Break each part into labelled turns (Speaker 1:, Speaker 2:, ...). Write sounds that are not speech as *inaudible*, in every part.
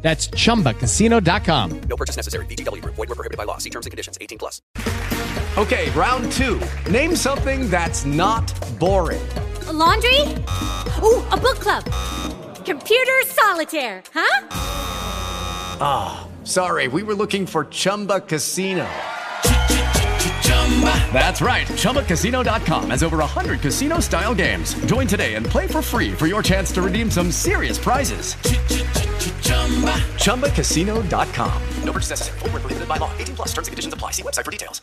Speaker 1: That's chumbacasino.com.
Speaker 2: No purchase necessary. VGW Group. Void were prohibited by law. See terms and conditions. 18 plus.
Speaker 3: Okay, round two. Name something that's not boring.
Speaker 4: A laundry? Ooh, a book club. Computer solitaire, huh?
Speaker 3: Sorry, we were looking for Chumba Casino.
Speaker 5: That's right. ChumbaCasino.com has over 100 casino style games. Join today and play for free for your chance to redeem some serious prizes. ChumbaCasino.com.
Speaker 2: No purchase necessary. Void were prohibited by law. 18 plus. Terms and conditions apply. See website for details.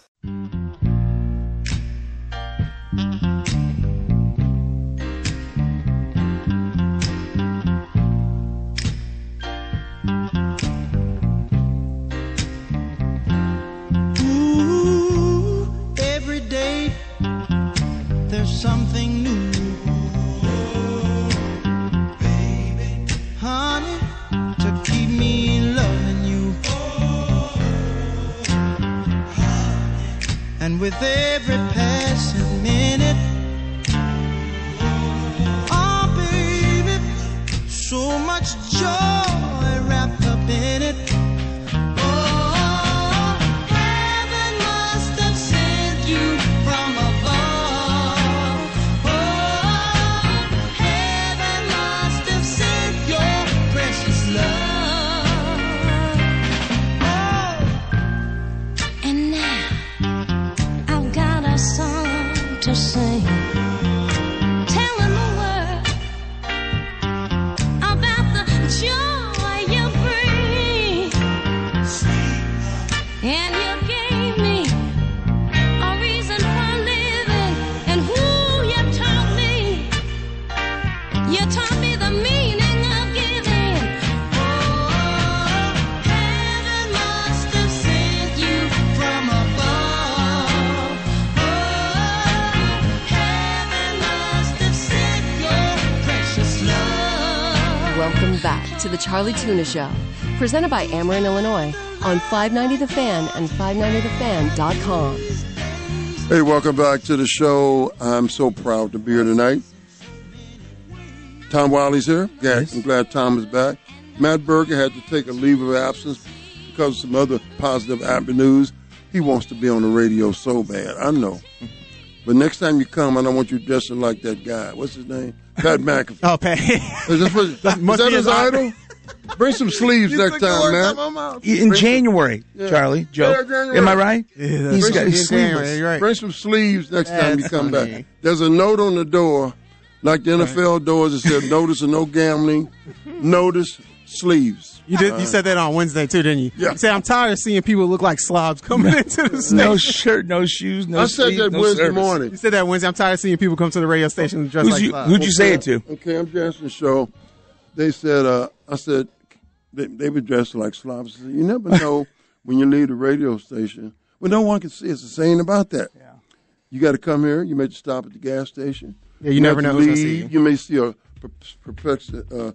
Speaker 6: Ooh, every day there's something new. Baby, honey, to keep me loving you. And with every passing minute, oh baby, so much joy wrapped up in it. Oh, heaven must have sent you from above. Oh, heaven must have sent your precious love.
Speaker 7: And now I've got a song to sing. Telling the world about the joy you bring. And you gave me a reason for living. And who you taught me. You taught me the meaning of giving.
Speaker 6: Oh, heaven must have sent you from above. Oh, heaven must have sent your precious love.
Speaker 8: Welcome back to the Charlie Tuna Show, presented by Ameren, Illinois, on 590 The Fan and 590thefan.com.
Speaker 9: Hey, welcome back to the show. I'm so proud to be here tonight. Tom Wiley's here. Yeah, I'm glad Tom is back. Matt Berger had to take a leave of absence because of some other positive avenues. He wants to be on the radio so bad. I know. But next time you come, I don't want you dressing like that guy. What's his name? Pat McAfee.
Speaker 10: Oh, Pat.
Speaker 9: Is, this what, is
Speaker 10: That must
Speaker 9: that
Speaker 10: be
Speaker 9: his
Speaker 10: his eye.
Speaker 9: idol? Bring some sleeves next time, man.
Speaker 10: in January, Charlie, Joe.
Speaker 9: Yeah, January.
Speaker 10: Am I right? He's
Speaker 9: Bring some-
Speaker 10: got his
Speaker 9: bring
Speaker 10: sleeves.
Speaker 9: some- Bring some sleeves next time you
Speaker 10: That's
Speaker 9: come
Speaker 10: funny.
Speaker 9: back. There's a note on the door, like the NFL doors that said notice of no gambling, notice sleeves.
Speaker 10: You did.
Speaker 11: Uh,
Speaker 10: You said that on Wednesday too, didn't you?
Speaker 9: Yeah.
Speaker 10: You said I'm tired of seeing people look like slobs coming into the
Speaker 11: *laughs*
Speaker 10: station.
Speaker 11: No shirt, no shoes, no
Speaker 9: I said
Speaker 11: sleeve,
Speaker 9: that
Speaker 11: no
Speaker 9: Wednesday
Speaker 11: service.
Speaker 10: You
Speaker 9: morning.
Speaker 10: said that Wednesday. I'm tired of seeing people come to the radio station dressed
Speaker 11: Who'd
Speaker 10: like
Speaker 11: you,
Speaker 10: slobs.
Speaker 11: who'd you say it to?
Speaker 9: Okay, I'm Jackson's show. They said, uh, I said, they, they were dressed like slobs. I said, you
Speaker 10: *laughs*
Speaker 9: never know when you leave the radio station. Well, no one can see. It's a saying about that. Yeah. You got to come here. You may stop at the gas station.
Speaker 10: Yeah, you
Speaker 9: may
Speaker 10: never
Speaker 9: have to
Speaker 10: know who's gonna see
Speaker 9: leave. You may see a per- perplex- uh,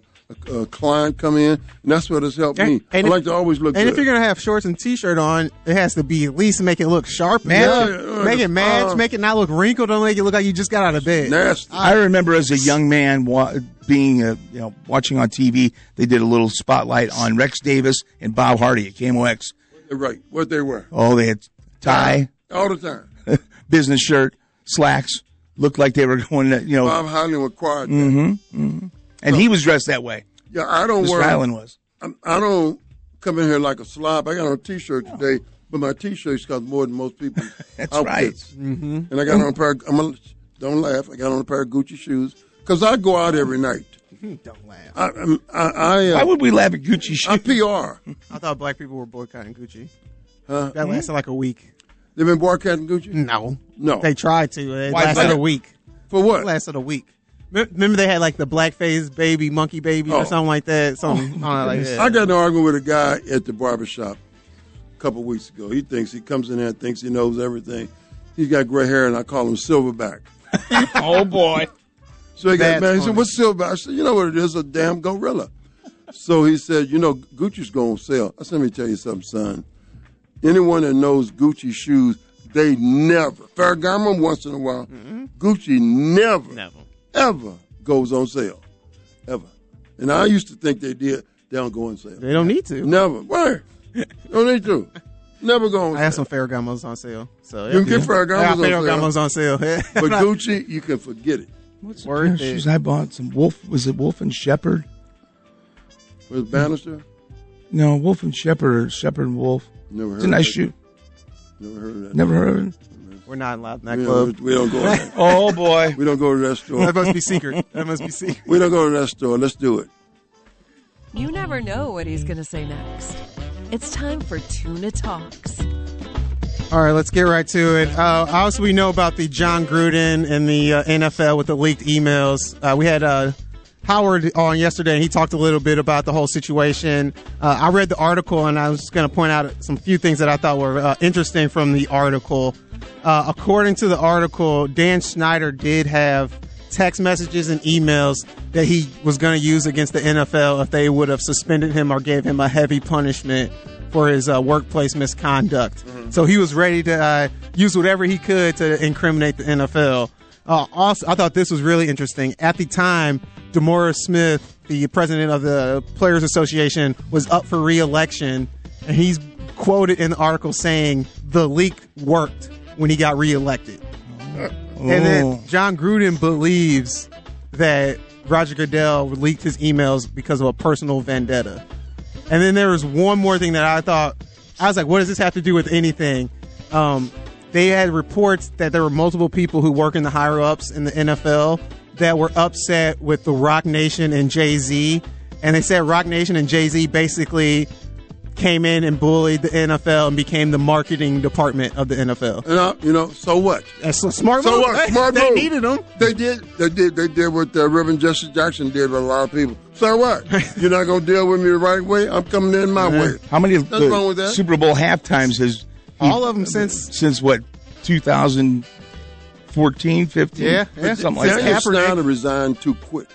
Speaker 9: a, a client come in, and that's what has helped me. I like to always look.
Speaker 10: And
Speaker 9: good.
Speaker 10: if you're gonna have shorts and t-shirt on, it has to be at least make it look sharp. and
Speaker 9: Yeah,
Speaker 10: match.
Speaker 9: yeah,
Speaker 10: make
Speaker 9: yeah.
Speaker 10: it match.
Speaker 9: Uh,
Speaker 10: make it not look wrinkled. Don't make it look like you just got out of bed.
Speaker 9: nasty,
Speaker 11: I remember as a young man wa- being, uh, you know, watching on TV. They did a little spotlight on Rex Davis and Bob Hardy at KMOX.
Speaker 9: right? What they were
Speaker 11: Oh, they had tie,
Speaker 9: all the time.
Speaker 11: business shirt, slacks. Looked like they were *laughs* going, to, you know,
Speaker 9: Bob Highland required that.
Speaker 10: Mm-hmm.
Speaker 11: and he was dressed that way.
Speaker 9: Yeah, I don't
Speaker 11: Mr.
Speaker 9: wear.
Speaker 11: Allen was.
Speaker 9: I'm, I don't come in here like a slob. I got on a t-shirt today, but my t-shirts cost more than most people.
Speaker 11: That's
Speaker 9: outfits. Mm-hmm. And I got on a pair. Of, I'm a, don't laugh. I got on a pair of Gucci shoes because I go out every night.
Speaker 10: Don't laugh.
Speaker 9: I I'm- I, I,
Speaker 11: Why
Speaker 9: uh,
Speaker 11: would we laugh at Gucci
Speaker 9: I'm
Speaker 11: shoes?
Speaker 9: PR.
Speaker 10: I thought black people were boycotting Gucci. that
Speaker 11: Hmm?
Speaker 10: lasted like a week.
Speaker 9: They've been boycotting Gucci.
Speaker 10: No,
Speaker 9: No.
Speaker 10: They tried to. It
Speaker 11: Why
Speaker 10: lasted
Speaker 11: better?
Speaker 10: a week.
Speaker 9: For what?
Speaker 10: It lasted a week. Me- Remember they had like the blackface baby, monkey baby,
Speaker 9: Oh.
Speaker 11: Oh.
Speaker 10: or something like that. Something I don't know, like that.
Speaker 9: I got in an argument with a guy at the barber shop couple weeks ago. He thinks he comes in there and thinks he knows everything. He's got gray hair, and I call him Silverback.
Speaker 11: *laughs* oh boy!
Speaker 9: So he
Speaker 11: That's
Speaker 9: got mad. He said,
Speaker 11: funny.
Speaker 9: "What's Silverback?" I said, "You know what it is? A damn gorilla." So he said, "You know, Gucci's gonna sell." I said, "Let me tell you something, son. Anyone that knows Gucci shoes, they never Ferragamo once in a while.
Speaker 11: Mm-hmm.
Speaker 9: Gucci never, never, ever goes on sale, ever. And I used to think they did. They don't go on sale.
Speaker 10: They don't need to.
Speaker 9: Never. Why? don't need to. Never going.
Speaker 10: I have some Ferragamos on sale. So
Speaker 9: You can get Ferragamo's
Speaker 10: Yeah,
Speaker 9: on
Speaker 10: Ferragamo's
Speaker 9: sale.
Speaker 10: on sale.
Speaker 9: *laughs*
Speaker 10: *laughs*
Speaker 9: But Gucci, you can forget it.
Speaker 11: What's
Speaker 10: Worth it.
Speaker 11: Shoes I bought some Wolf. Was it Wolf and Shepherd?
Speaker 9: Was Bannister?
Speaker 11: No, Wolf and Shepherd or Shepherd and Wolf.
Speaker 9: Never
Speaker 11: It's
Speaker 9: heard
Speaker 11: a
Speaker 9: of
Speaker 11: nice
Speaker 9: it.
Speaker 11: shoe.
Speaker 9: Never heard of that.
Speaker 11: Never heard of it.
Speaker 10: We're not allowed in that
Speaker 9: we
Speaker 10: club.
Speaker 9: Don't, we don't go. in there.
Speaker 10: *laughs*
Speaker 11: Oh boy!
Speaker 9: We don't go to that store.
Speaker 10: That must be secret. That must be secret.
Speaker 9: We don't go to that store. Let's do it.
Speaker 8: You never know what he's going to say next. It's time for Tuna Talks.
Speaker 10: All right, let's get right to it. Uh, also, we know about the John Gruden and the uh, NFL with the leaked emails. Uh, we had uh, Howard on yesterday, and he talked a little bit about the whole situation. Uh, I read the article, and I was just going to point out some few things that I thought were uh, interesting from the article. Uh, according to the article, Dan Schneider did have text messages and emails that he was going to use against the NFL if they would have suspended him or gave him a heavy punishment for his uh, workplace misconduct. So he was ready to uh, use whatever he could to incriminate the NFL. Uh, also, I thought this was really interesting. At the time, Demora Smith, the president of the Players Association, was up for re-election, and he's quoted in the article saying the leak worked when he got re-elected. And
Speaker 11: Oh.
Speaker 10: then John Gruden believes that Roger Goodell leaked his emails because of a personal vendetta. And then there was one more thing that I thought I was like, what does this have to do with anything? Um, they had reports that there were multiple people who work in the higher ups in the NFL that were upset with the Rock Nation and Jay Z, and they said Rock Nation and Jay Z basically came in and bullied the NFL and became the marketing department of the NFL.
Speaker 9: And I, you know, so what?
Speaker 10: That's a smart
Speaker 9: so
Speaker 10: move.
Speaker 9: what? Smart
Speaker 10: they
Speaker 9: move.
Speaker 10: needed them.
Speaker 9: They did. They did. They did what uh, Reverend Justice Jackson did with a lot of people. So
Speaker 10: *laughs*
Speaker 9: what? You're not gonna deal with me the right way. I'm coming in my
Speaker 10: Uh-huh.
Speaker 9: way.
Speaker 11: How many of
Speaker 9: Nothing
Speaker 11: the
Speaker 9: wrong with that.
Speaker 11: Super Bowl half times has he-
Speaker 10: All of them since
Speaker 11: since what 2014, 15?
Speaker 10: Yeah, yeah.
Speaker 11: something like
Speaker 9: Daniel
Speaker 11: that.
Speaker 9: Snyder resigned too quick.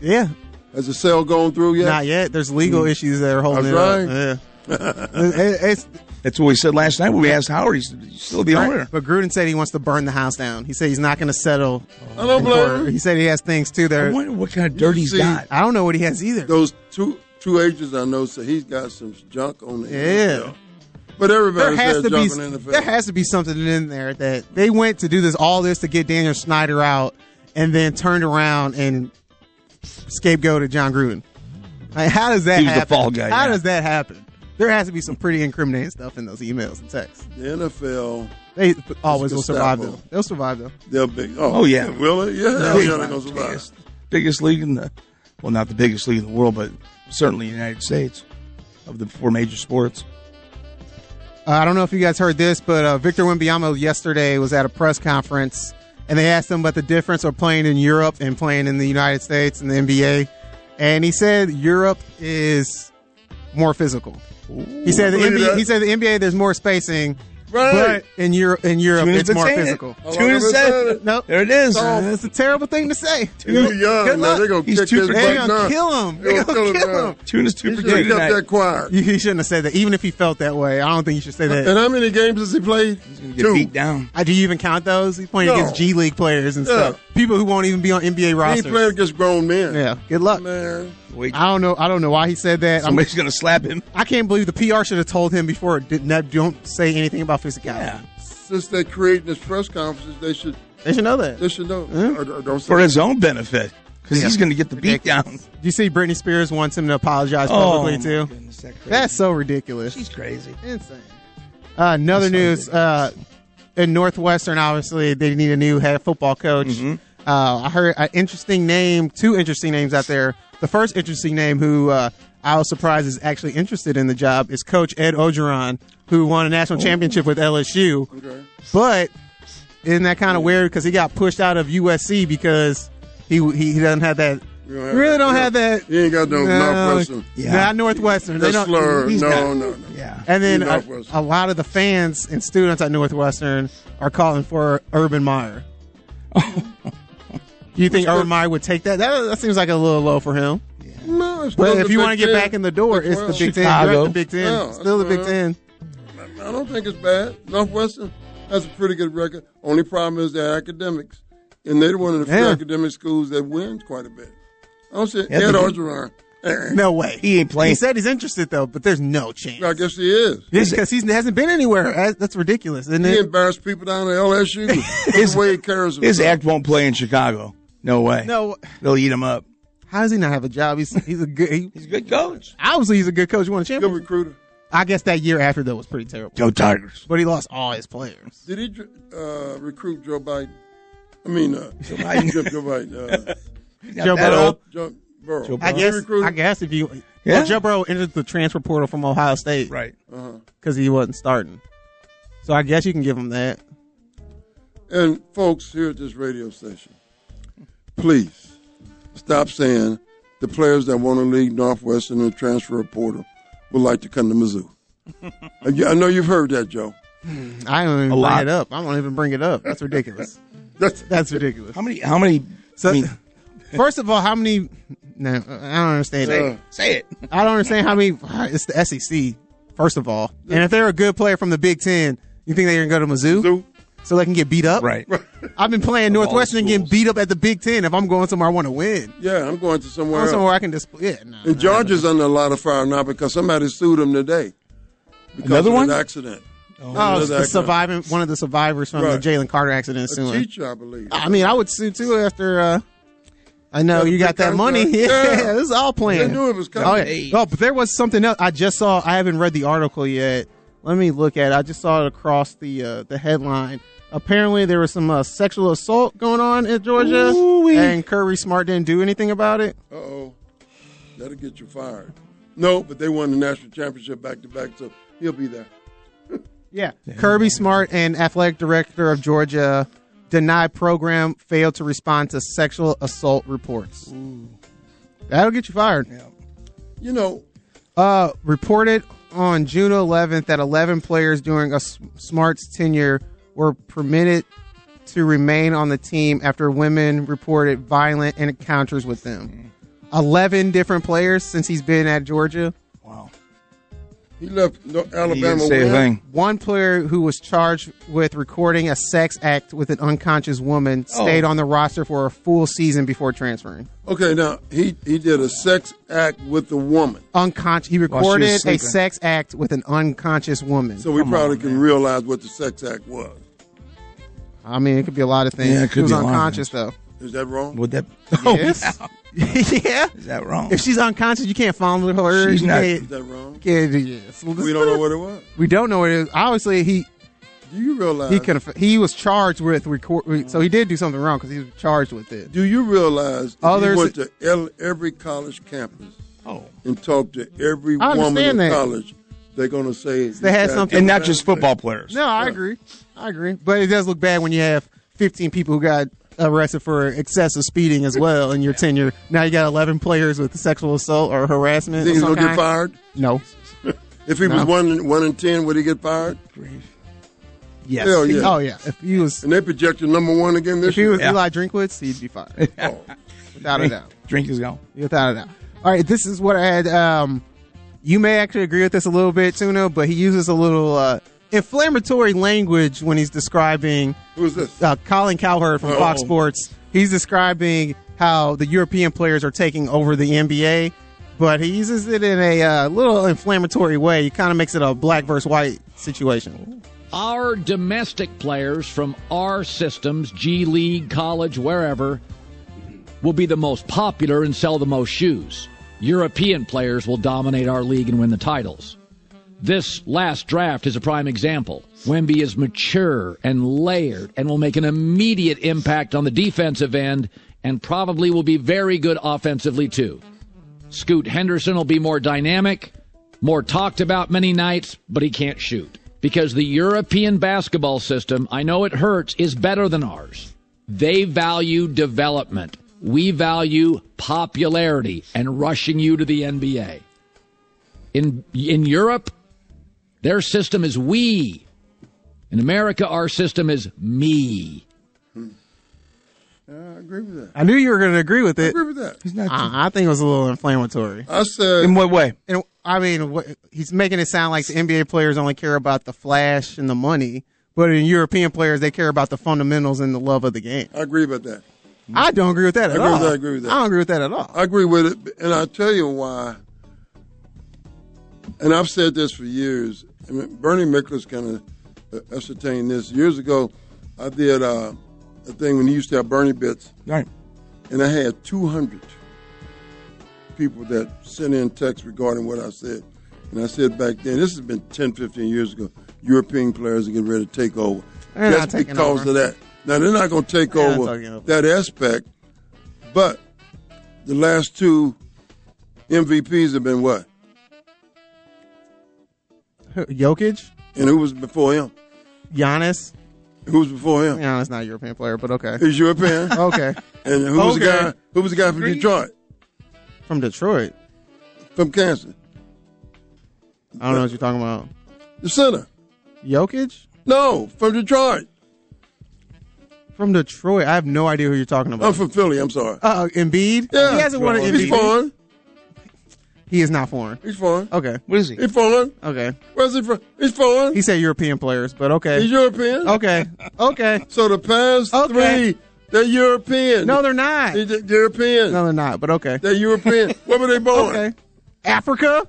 Speaker 10: yeah,
Speaker 9: Has the sale gone through yet?
Speaker 10: not yet. There's legal issues that are holding
Speaker 9: That's
Speaker 10: it up.
Speaker 9: *laughs*
Speaker 10: Yeah. It- it- it's-
Speaker 11: That's what we said last night when we asked Howard. He's he's still the owner.
Speaker 10: But Gruden said he wants to burn the house down. He said he's not going to settle.
Speaker 9: I don't blame
Speaker 10: for-
Speaker 9: him.
Speaker 10: He said he has things too
Speaker 11: I
Speaker 10: there.
Speaker 11: wonder what kind of dirt he's
Speaker 9: see-
Speaker 11: got.
Speaker 10: I don't know what he has either.
Speaker 9: Those two two agents I know say he's got some junk on the
Speaker 10: Yeah.
Speaker 9: NFL. But everybody
Speaker 10: There has
Speaker 9: says
Speaker 10: to
Speaker 9: junk
Speaker 10: be
Speaker 9: on the NFL.
Speaker 10: there has to be something in there that they went to do this all this to get Daniel Snyder out, and then turned around and scapegoated John Gruden. Like, how does that
Speaker 11: He was the
Speaker 10: happen?
Speaker 11: fall guy,
Speaker 10: How
Speaker 11: yeah.
Speaker 10: does that happen? There has to be some pretty incriminating stuff in those emails and texts.
Speaker 9: the NFL.
Speaker 10: They always will survive
Speaker 9: Gestapo.
Speaker 10: though. They'll survive though.
Speaker 9: They're big. Oh,
Speaker 11: Oh, yeah.
Speaker 9: Will it? Yeah. Hell yeah, they're gonna survive.
Speaker 11: biggest, biggest league in the well, not the biggest league in the world, but certainly in the United States of the four major sports.
Speaker 10: Uh, I don't know if you guys heard this, but uh, Victor Wembanyama yesterday was at a press conference, and they asked him about the difference of playing in Europe and playing in the United States in the NBA, and he said Europe is more physical. He said the
Speaker 9: Look at
Speaker 10: NBA,
Speaker 9: that.
Speaker 10: he said the NBA there's more spacing,
Speaker 9: Right.
Speaker 10: but in Europe in Europe
Speaker 11: Tuna's
Speaker 10: it's
Speaker 11: been
Speaker 10: more
Speaker 11: saying it.
Speaker 10: physical.
Speaker 9: How long
Speaker 11: Tuna
Speaker 9: have I
Speaker 11: said
Speaker 9: said
Speaker 11: it.
Speaker 9: it?
Speaker 10: *laughs* Nope.
Speaker 11: There it is.
Speaker 10: Uh, That's a terrible thing to say. *laughs*
Speaker 9: He's
Speaker 10: Good
Speaker 9: young. Now
Speaker 10: luck.
Speaker 9: they're gonna
Speaker 11: He's
Speaker 9: kick
Speaker 11: too
Speaker 9: this
Speaker 10: They're
Speaker 11: productive.
Speaker 9: butt
Speaker 10: gonna
Speaker 9: nut.
Speaker 10: kill him.
Speaker 9: They're
Speaker 10: They're gonna kill
Speaker 9: down.
Speaker 10: him.
Speaker 11: Tuna's two
Speaker 9: He
Speaker 11: for
Speaker 9: should have
Speaker 11: two
Speaker 9: kept that
Speaker 11: tonight.
Speaker 9: quiet.
Speaker 10: You, you shouldn't have said that. Even if he felt that way, I don't think you should say that.
Speaker 9: And how many games has he played? He's
Speaker 11: Gonna Get beat down.
Speaker 10: Uh, do you even count those? He's playing
Speaker 9: No.
Speaker 10: against G League players and stuff. People who won't even be on NBA
Speaker 9: He ain't playing
Speaker 10: rosters.
Speaker 9: against grown men.
Speaker 10: Yeah, good luck.
Speaker 9: Man.
Speaker 11: Wait,
Speaker 10: I don't know. I don't know why he said that. I'm,
Speaker 11: somebody's gonna slap him.
Speaker 10: I can not believe the PR should have told him before. it Did not, don't say anything about physicality.
Speaker 11: Yeah,
Speaker 9: Since they're creating this press conferences, they should
Speaker 10: They should know that.
Speaker 9: they should know. Or- or don't say
Speaker 11: for his own benefit, because he's gonna get the beat down. *laughs*
Speaker 10: Ridiculous. You see, Britney Spears wants him to apologize publicly
Speaker 11: Oh, my
Speaker 10: too.
Speaker 11: goodness, that crazy.
Speaker 10: That's so ridiculous.
Speaker 11: she's crazy.
Speaker 10: insane. Uh, another news uh, in Northwestern, obviously they need a new head football coach.
Speaker 9: Mm-hmm.
Speaker 10: Uh, I heard an interesting name, two interesting names out there. The first interesting name, who uh, I was surprised is actually interested in the job, is Coach Ed Ogeron, who won a national
Speaker 9: Oh.
Speaker 10: championship with LSU. But isn't that kind of weird? Because he got pushed out of USC because he he, he doesn't have that
Speaker 9: You don't have
Speaker 10: really
Speaker 9: that.
Speaker 10: don't
Speaker 9: Yeah.
Speaker 10: have that.
Speaker 9: You ain't got no Northwestern.
Speaker 10: Yeah. Not Northwestern.
Speaker 9: That
Speaker 10: They don't,
Speaker 9: slur.
Speaker 10: he's
Speaker 9: No,
Speaker 10: not.
Speaker 9: no, no.
Speaker 11: Yeah.
Speaker 10: And then
Speaker 9: He's
Speaker 10: a,
Speaker 9: Northwestern.
Speaker 10: a lot of the fans and students at Northwestern are calling for Urban
Speaker 9: *laughs*
Speaker 10: Meyer. you think Urban Meyer would take that? that? That seems like a little low for him.
Speaker 9: No, it's
Speaker 10: But
Speaker 9: still
Speaker 10: if
Speaker 9: the Big
Speaker 10: you want to get
Speaker 9: Ten.
Speaker 10: back in the door, it's the Big Ten. You're
Speaker 11: Chicago.
Speaker 10: at the Big Ten.
Speaker 9: Yeah,
Speaker 10: Still the Big
Speaker 9: uh,
Speaker 10: Ten.
Speaker 9: I don't think it's bad. Northwestern has a pretty good record. Only problem is their academics, and they're one of the few
Speaker 10: Yeah.
Speaker 9: academic schools that wins quite a bit. I don't see
Speaker 11: Yeah,
Speaker 9: Ed
Speaker 11: they do.
Speaker 9: Orgeron. Eh,
Speaker 10: No way.
Speaker 11: He ain't playing.
Speaker 10: He said he's interested though, but there's no chance.
Speaker 9: I guess he is.
Speaker 10: Because he hasn't been anywhere. That- That's ridiculous, isn't
Speaker 9: He
Speaker 10: it?
Speaker 9: embarrassed people down at LSU. That's
Speaker 11: His-
Speaker 9: the way he carries
Speaker 11: His
Speaker 9: himself.
Speaker 11: act won't play in Chicago. No way.
Speaker 10: No.
Speaker 11: They'll eat him up.
Speaker 10: How does he not have a job? He's he's a good. He,
Speaker 11: He's a good coach.
Speaker 10: obviously, he's a good coach. He won a
Speaker 9: Good
Speaker 10: championship.
Speaker 9: recruiter.
Speaker 10: I guess that year after though was pretty terrible.
Speaker 11: Go Tigers.
Speaker 10: But he lost all his players.
Speaker 9: Did he uh, recruit Joe Biden? I mean, uh, Joe Biden. Joe, Biden. Uh,
Speaker 11: Not
Speaker 10: Joe
Speaker 11: that
Speaker 10: Burrow.
Speaker 11: old.
Speaker 9: Joe Burrow.
Speaker 11: Joe
Speaker 10: I
Speaker 9: Did he
Speaker 10: guess.
Speaker 9: recruit
Speaker 10: I
Speaker 9: him?
Speaker 10: guess if you.
Speaker 11: Yeah.
Speaker 10: Well, Joe Burrow entered the transfer portal from Ohio State,
Speaker 11: Right.
Speaker 10: Because he wasn't starting. So I guess you can give him that.
Speaker 9: And folks here at this radio station, please stop saying the players that want to leave Northwestern and transfer portal would like to come to Mizzou. Uh, yeah, I know you've heard that, Joe.
Speaker 10: I don't even bring
Speaker 11: lot.
Speaker 10: it up. I won't even bring it up. That's ridiculous.
Speaker 9: That's
Speaker 10: *laughs* That's ridiculous.
Speaker 11: How many? How many?
Speaker 10: So,
Speaker 11: I mean,
Speaker 10: *laughs* first of all, how many? No, I don't understand that.
Speaker 11: say it.
Speaker 10: I don't understand how many. uh, It's the SEC, first of all. And if they're a good player from the Big Ten, you think they're going to go to Mizzou?
Speaker 9: Mizzou.
Speaker 10: So they can get beat up?
Speaker 11: Right.
Speaker 10: *laughs* I've been playing
Speaker 11: all the
Speaker 10: Northwestern and getting
Speaker 11: schools.
Speaker 10: beat up at the Big Ten. If I'm going somewhere, I want to win.
Speaker 9: yeah, I'm going to
Speaker 10: I
Speaker 9: somewhere
Speaker 10: want
Speaker 9: else.
Speaker 10: somewhere I can display. Yeah, no, no,
Speaker 9: and Georgia's under a lot of fire now because somebody sued him today because
Speaker 11: Another
Speaker 9: of
Speaker 11: one?
Speaker 9: an accident.
Speaker 10: no. Oh, the
Speaker 9: accident.
Speaker 10: surviving, one of the survivors from
Speaker 9: Right.
Speaker 10: the Jalen Carter accident
Speaker 9: A
Speaker 10: suing.
Speaker 9: teacher, I believe.
Speaker 10: I mean, I would sue too after. Uh, I know
Speaker 9: Got a
Speaker 10: you
Speaker 9: big
Speaker 10: got that
Speaker 9: contract.
Speaker 10: money. Yeah,
Speaker 9: Yeah.
Speaker 10: *laughs* this is all planned.
Speaker 9: They knew it was
Speaker 10: Oh,
Speaker 9: coming.
Speaker 10: yeah. oh, but there was something else. I just saw. I haven't read the article yet. Let me look at. it. I just saw it across the uh, the headline. Apparently, there was some uh, sexual assault going on in Georgia,
Speaker 11: Ooh-wee.
Speaker 10: and Curry Smart didn't do anything about it.
Speaker 9: Uh oh, that'll get you fired. No, but they won the national championship back to back, so he'll be there.
Speaker 10: Yeah, Kirby Smart and athletic director of Georgia denied program failed to respond to sexual assault reports. That'll get you fired.
Speaker 9: You know,
Speaker 10: Uh, reported on June 11th that 11 players during a S- Smart's tenure were permitted to remain on the team after women reported violent encounters with them. 11 different players since he's been at Georgia.
Speaker 11: Wow.
Speaker 9: he left no, Alabama.
Speaker 11: He didn't say a
Speaker 9: with-
Speaker 11: thing.
Speaker 10: One player who was charged with recording a sex act with an unconscious woman
Speaker 11: Oh.
Speaker 10: stayed on the roster for a full season before transferring.
Speaker 9: Okay, now he he did a sex act with a woman,
Speaker 10: Unconscious. He
Speaker 11: she was
Speaker 10: recorded a
Speaker 11: sleeping.
Speaker 10: sex act with an unconscious woman.
Speaker 9: so we probably can realize what the sex act was.
Speaker 10: I mean, it could be a lot of things.
Speaker 11: Yeah, it could
Speaker 10: she was
Speaker 11: be a lot of
Speaker 10: unconscious though.
Speaker 9: Is that wrong?
Speaker 11: Would that? *laughs* oh,
Speaker 10: Yes. *laughs* yeah.
Speaker 11: Is that wrong?
Speaker 10: If she's unconscious, you can't follow her.
Speaker 11: She's
Speaker 10: you
Speaker 11: not-
Speaker 9: Is
Speaker 10: Can't,
Speaker 9: that wrong?
Speaker 10: can't do- yes.
Speaker 9: We don't know what it was.
Speaker 10: We don't know what it is. Obviously, he
Speaker 9: Do you realize?
Speaker 10: he
Speaker 11: Uh.
Speaker 10: conf- he was charged with record. So he did do something wrong because he was charged with it.
Speaker 9: do you realize? that
Speaker 10: Others-
Speaker 9: he went to el- every college campus
Speaker 11: oh.
Speaker 9: and talked to every
Speaker 10: I
Speaker 9: woman in
Speaker 10: understand that.
Speaker 9: college. They're gonna say
Speaker 10: They had something-
Speaker 11: And not just football players.
Speaker 10: No, I agree. I agree. But it does look bad when you have 15 people who got arrested for excessive speeding as well in your tenure. Now you got 11 players with sexual assault or harassment.
Speaker 9: Think he's
Speaker 10: of some
Speaker 9: gonna get
Speaker 10: kind.
Speaker 9: fired?
Speaker 10: No.
Speaker 9: If he was
Speaker 10: No.
Speaker 9: one in- one in ten, would he get fired?
Speaker 10: Yes.
Speaker 9: Hell yeah.
Speaker 10: Oh yeah. If he was,
Speaker 9: And they projected number one again
Speaker 10: if
Speaker 9: this
Speaker 10: he
Speaker 9: year.
Speaker 10: was
Speaker 11: Yeah.
Speaker 10: Eli Drinkwitz, he'd be fired
Speaker 9: Oh,
Speaker 10: without a doubt.
Speaker 11: Drink is gone.
Speaker 10: Without a doubt. All right. This is what I had. Um, you may actually agree with this a little bit, Tuno, but he uses a little uh, inflammatory language when he's describing
Speaker 9: who's this?
Speaker 10: uh, Colin Cowherd from Fox
Speaker 11: Oh.
Speaker 10: Sports. He's describing how the European players are taking over the NBA, but he uses it in a uh, little inflammatory way. He kind of makes it a black versus white situation.
Speaker 12: Our domestic players from our systems, G League, college, wherever, will be the most popular and sell the most shoes. European players will dominate our league and win the titles. This last draft is a prime example. Wemby is mature and layered and will make an immediate impact on the defensive end and probably will be very good offensively too. Scoot Henderson will be more dynamic, more talked about many nights, but he can't shoot. Because the European basketball system, I know it hurts, is better than ours. They value development. We value popularity and rushing you to the NBA. In in Europe, their system is we. In America, our system is me.
Speaker 9: I agree with that.
Speaker 10: I knew you were going to agree with
Speaker 9: I
Speaker 10: it.
Speaker 9: agree with that.
Speaker 10: Uh, I think it was a little inflammatory.
Speaker 9: I said.
Speaker 10: In what way? I mean, what, he's making it sound like the NBA players only care about the flash and the money, but in European players, they care about the fundamentals and the love of the game.
Speaker 9: I agree with that.
Speaker 10: I don't agree with that
Speaker 9: I
Speaker 10: at
Speaker 9: agree
Speaker 10: all.
Speaker 9: with that. I agree with that.
Speaker 10: I don't agree with that at all.
Speaker 9: I agree with it, and I'll tell you why. And I've said this for years. I mean, Bernie Miklas kind of ascertained this years ago. I did uh, a thing when he used to have Bernie bits,
Speaker 11: Right.
Speaker 9: and I had 200 people that sent in texts regarding what I said. And I said back then, this has been 10, 15 years ago. European players are getting ready to take over
Speaker 10: They're not
Speaker 9: just
Speaker 10: taking
Speaker 9: because
Speaker 10: over.
Speaker 9: of that. Now they're not going to take
Speaker 10: They're not
Speaker 9: over,
Speaker 10: taking over.
Speaker 9: that aspect, but the last two MVPs have been what?
Speaker 10: Jokic,
Speaker 9: And who was before him?
Speaker 10: Giannis.
Speaker 9: Who was before him?
Speaker 10: Giannis not a European player, but okay.
Speaker 9: He's
Speaker 10: *laughs*
Speaker 9: European.
Speaker 10: okay.
Speaker 9: And who was the
Speaker 10: Oh. Okay.
Speaker 9: guy? Who was the guy from Detroit?
Speaker 10: From Detroit.
Speaker 9: From Kansas?
Speaker 10: I don't know what you're talking about.
Speaker 9: The center?
Speaker 10: Jokic?
Speaker 9: No, from Detroit.
Speaker 10: From Detroit. I have no idea who you're talking about.
Speaker 9: I'm from Philly. I'm sorry.
Speaker 10: Uh, Embiid?
Speaker 9: Yeah,
Speaker 10: He hasn't won an
Speaker 9: He's
Speaker 10: MVP.
Speaker 9: foreign.
Speaker 10: He is not foreign.
Speaker 9: He's foreign.
Speaker 10: Okay.
Speaker 11: What is he?
Speaker 9: He's foreign.
Speaker 10: Okay.
Speaker 9: Where's he from? He's foreign.
Speaker 10: He said European players, but okay.
Speaker 9: He's European.
Speaker 10: Okay. Okay.
Speaker 9: So the past
Speaker 10: Okay.
Speaker 9: three, they're European.
Speaker 10: No, they're not.
Speaker 9: They're ju- European.
Speaker 10: No, they're not, but okay.
Speaker 9: They're
Speaker 10: *laughs*
Speaker 9: European. Where were they born?
Speaker 10: Okay. Africa?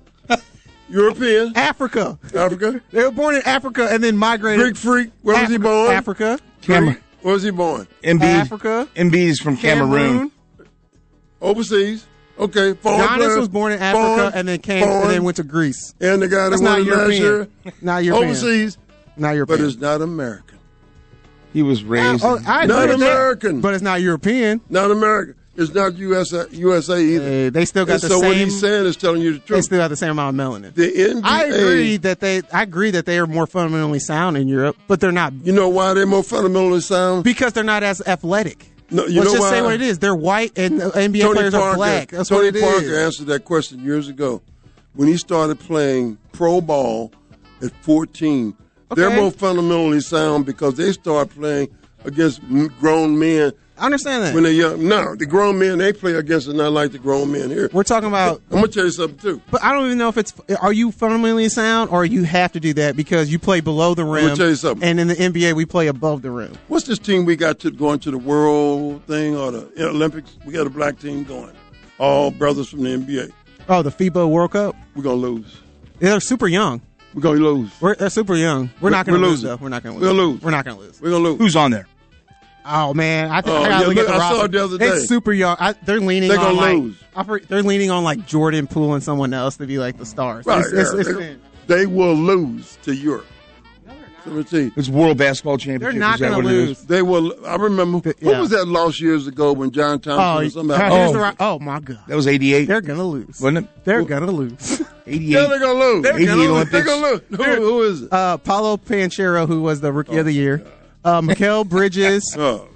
Speaker 9: European.
Speaker 10: Africa.
Speaker 9: Africa.
Speaker 10: They were born in Africa and then migrated.
Speaker 9: Greek freak. Where was he
Speaker 10: Africa-
Speaker 9: born?
Speaker 10: Africa.
Speaker 11: Cameroon.
Speaker 9: Where was he born?
Speaker 11: Embiid.
Speaker 10: Africa.
Speaker 11: Embiid is from Cameroon.
Speaker 9: Overseas. Okay. Foreign
Speaker 10: Giannis
Speaker 9: player.
Speaker 10: was born in Africa
Speaker 9: Foreign.
Speaker 10: and then came
Speaker 9: Foreign.
Speaker 10: and then went to Greece.
Speaker 9: And the guy that
Speaker 10: That's
Speaker 9: won
Speaker 10: not
Speaker 9: it last year.
Speaker 10: European. Not European.
Speaker 9: Overseas.
Speaker 10: Not
Speaker 9: But
Speaker 10: European.
Speaker 9: it's not American.
Speaker 11: He was raised.
Speaker 10: Oh, I agree
Speaker 9: Not
Speaker 10: with that,
Speaker 9: American.
Speaker 10: But it's not European.
Speaker 9: Not American. It's not USA, USA either.
Speaker 10: Hey, they still got
Speaker 9: And
Speaker 10: the
Speaker 9: so what
Speaker 10: same.
Speaker 9: he's saying is telling you the
Speaker 10: they
Speaker 9: truth.
Speaker 10: still got the same amount of melanin.
Speaker 9: the NBA.
Speaker 10: I agree that they. I agree that they are more fundamentally sound in Europe, but they're not
Speaker 9: You know why they're more fundamentally sound?
Speaker 10: because they're not as athletic.
Speaker 9: No, you
Speaker 10: Let's
Speaker 9: know
Speaker 10: just say
Speaker 9: why?
Speaker 10: what it is. They're white and the NBA players are black. That's
Speaker 9: Tony
Speaker 10: what it is.
Speaker 9: Parker answered that question years ago when he started playing pro ball at 14. They're
Speaker 10: Okay.
Speaker 9: more fundamentally sound because they start playing against m- grown men
Speaker 10: I understand that.
Speaker 9: when they're young. No, the grown men they play against are not like the grown men here.
Speaker 10: We're talking about.
Speaker 9: I'm gonna tell you something too.
Speaker 10: But I don't even know if it's. Are you fundamentally sound, or you have to do that because you play below the rim?
Speaker 9: gonna tell you something.
Speaker 10: And in the NBA, we play above the rim.
Speaker 9: What's this team we got to going to the world thing or the Olympics? We got a black team going. All brothers from the NBA.
Speaker 10: Oh, the FIBA World Cup.
Speaker 9: We're gonna lose.
Speaker 10: They're super young.
Speaker 9: We're gonna lose.
Speaker 10: We're, they're super young. We're, not going
Speaker 9: we're
Speaker 10: to lose
Speaker 9: losing.
Speaker 10: though. We're not going to lose.
Speaker 9: We'll lose.
Speaker 10: We're not going to lose.
Speaker 9: We're gonna lose.
Speaker 11: Who's on there?
Speaker 10: Oh man, I, think
Speaker 9: Oh,
Speaker 10: I gotta
Speaker 9: yeah,
Speaker 10: look,
Speaker 9: look,
Speaker 10: at the
Speaker 9: I saw
Speaker 10: roster.
Speaker 9: it the other
Speaker 10: It's
Speaker 9: day.
Speaker 10: super young. I, they're leaning.
Speaker 9: They're
Speaker 10: on
Speaker 9: gonna
Speaker 10: like,
Speaker 9: lose.
Speaker 10: I for- they're leaning on like Jordan Poole and someone else to be like the stars.
Speaker 9: Right,
Speaker 10: It's- it's-
Speaker 9: yeah.
Speaker 10: it's-
Speaker 9: they, they will lose to Europe. No, they're not.
Speaker 11: It's World Basketball Championship.
Speaker 10: They're not
Speaker 11: Is that
Speaker 10: gonna
Speaker 11: what it is?
Speaker 10: lose.
Speaker 9: They will. I remember. What
Speaker 10: Yeah.
Speaker 9: was that loss years ago when John
Speaker 10: oh,
Speaker 9: Thompson or somebody?
Speaker 10: here's
Speaker 11: Oh.
Speaker 10: the ro- oh my god,
Speaker 11: That was 88.
Speaker 10: they're gonna lose.
Speaker 11: Wasn't it?
Speaker 10: They're gonna lose.
Speaker 11: 88.
Speaker 9: Yeah, they're gonna lose. They're
Speaker 11: 88
Speaker 9: gonna lose.
Speaker 11: Olympics.
Speaker 9: They're gonna lose. Who, who is it?
Speaker 10: Uh, Paulo Panchero, who was the rookie of the year, uh, Mikael Bridges,
Speaker 9: *laughs* Oh,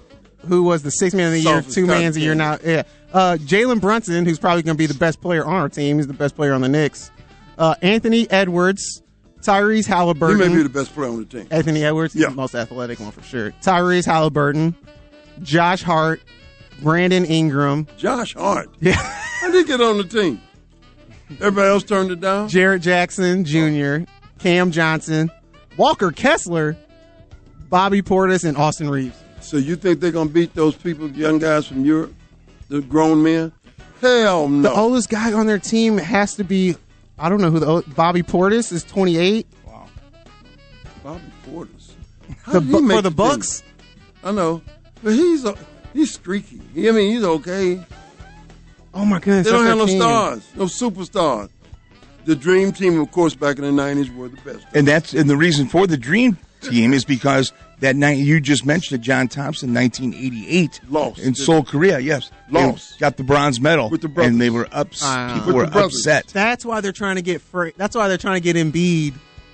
Speaker 10: who was the sixth man of the year,
Speaker 9: Soft as
Speaker 10: two
Speaker 9: cotton
Speaker 10: man's a year now. Yeah, uh, Jalen Brunson, who's probably going to be the best player on our team. He's the best player on the Knicks. Uh, Anthony Edwards, Tyrese
Speaker 9: he
Speaker 10: Halliburton.
Speaker 9: may be the best player on the team.
Speaker 10: Anthony Edwards,
Speaker 9: Yeah.
Speaker 10: the most athletic one for sure. Tyrese Halliburton, Josh Hart,
Speaker 9: *laughs*
Speaker 10: Brandon Ingram,
Speaker 9: Josh Hart.
Speaker 10: Yeah.
Speaker 9: How did he get on the team? Everybody else turned it down.
Speaker 10: Jarrett Jackson Jr., Cam Johnson, Walker Kessler, Bobby Portis, and Austin Reeves.
Speaker 9: So you think they're gonna beat those people, young guys from Europe, the grown men? Hell no.
Speaker 10: The oldest guy on their team has to be, I don't know who the old, Bobby Portis is 28.
Speaker 9: Bobby
Speaker 10: *laughs*
Speaker 9: Portis. How
Speaker 10: The,
Speaker 9: did he
Speaker 10: Bu-
Speaker 9: make
Speaker 10: for the
Speaker 9: team?
Speaker 10: Bucks,
Speaker 9: I know, but he's a, he's streaky. I mean, he's okay.
Speaker 10: oh my goodness,
Speaker 9: They don't
Speaker 10: that's
Speaker 9: have
Speaker 10: their
Speaker 9: no
Speaker 10: team.
Speaker 9: stars, no superstars. The dream team, of course, back in the nineties, were the best.
Speaker 11: And that's and the reason for the dream team is because that night you just mentioned it, John Thompson, 1988,
Speaker 9: Lost.
Speaker 11: in Seoul, Korea. Yes, They
Speaker 9: Lost.
Speaker 11: got the bronze medal
Speaker 9: With the brothers.
Speaker 11: and they were ups.
Speaker 10: Ah.
Speaker 11: people
Speaker 9: With
Speaker 11: were
Speaker 9: the brothers.
Speaker 11: upset.
Speaker 10: That's why they're trying to get. Fra- that's why they're trying to get Embiid,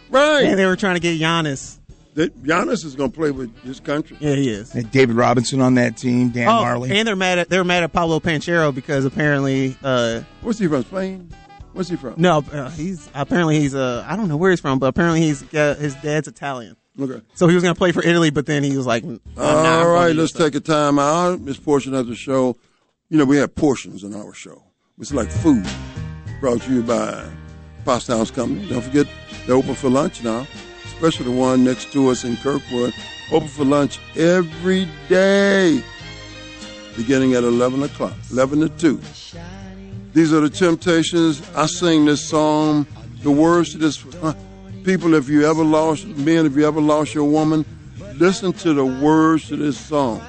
Speaker 9: Right?
Speaker 10: and they were trying to get Giannis.
Speaker 9: that Giannis is going to play with this country.
Speaker 10: Yeah, he is.
Speaker 11: And David Robinson on that team, Dan
Speaker 10: oh,
Speaker 11: Marley.
Speaker 10: and they're mad at they're mad at Pablo Panchero because apparently, uh,
Speaker 9: where's he from? Spain? Where's he from?
Speaker 10: No, uh, he's apparently he's uh, I don't know where he's from, but apparently he's uh, his dad's Italian.
Speaker 9: Okay.
Speaker 10: So he was gonna play for Italy, but then he was like, Oh, "Nah, I'm
Speaker 9: All
Speaker 10: from
Speaker 9: right,
Speaker 10: the
Speaker 9: let's
Speaker 10: East."
Speaker 9: take a time out. This portion of the show, you know, we have portions in our show. It's like food brought to you by Pasta House Company. Don't forget, they're open for lunch now, especially the one next to us in Kirkwood. Open for lunch every day, beginning at 11 o'clock, 11 to 2. These are the Temptations. I sing this song. The words to this, huh, people, if you ever lost, men, if you ever lost your woman, listen to the words to this song.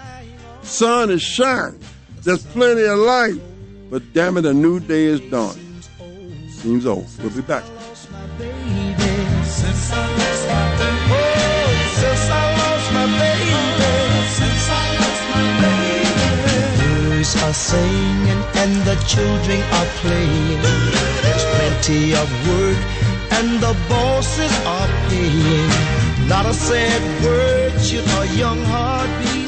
Speaker 9: Sun is shining. There's plenty of light. But damn it, a new day is dawning. Seems old. We'll be back.
Speaker 6: Since I lost my baby. Oh, since I lost my baby. Since I lost my baby. Birds are singing and the children are playing. There's plenty of work and the bosses are paying. Not a sad word should a young heart be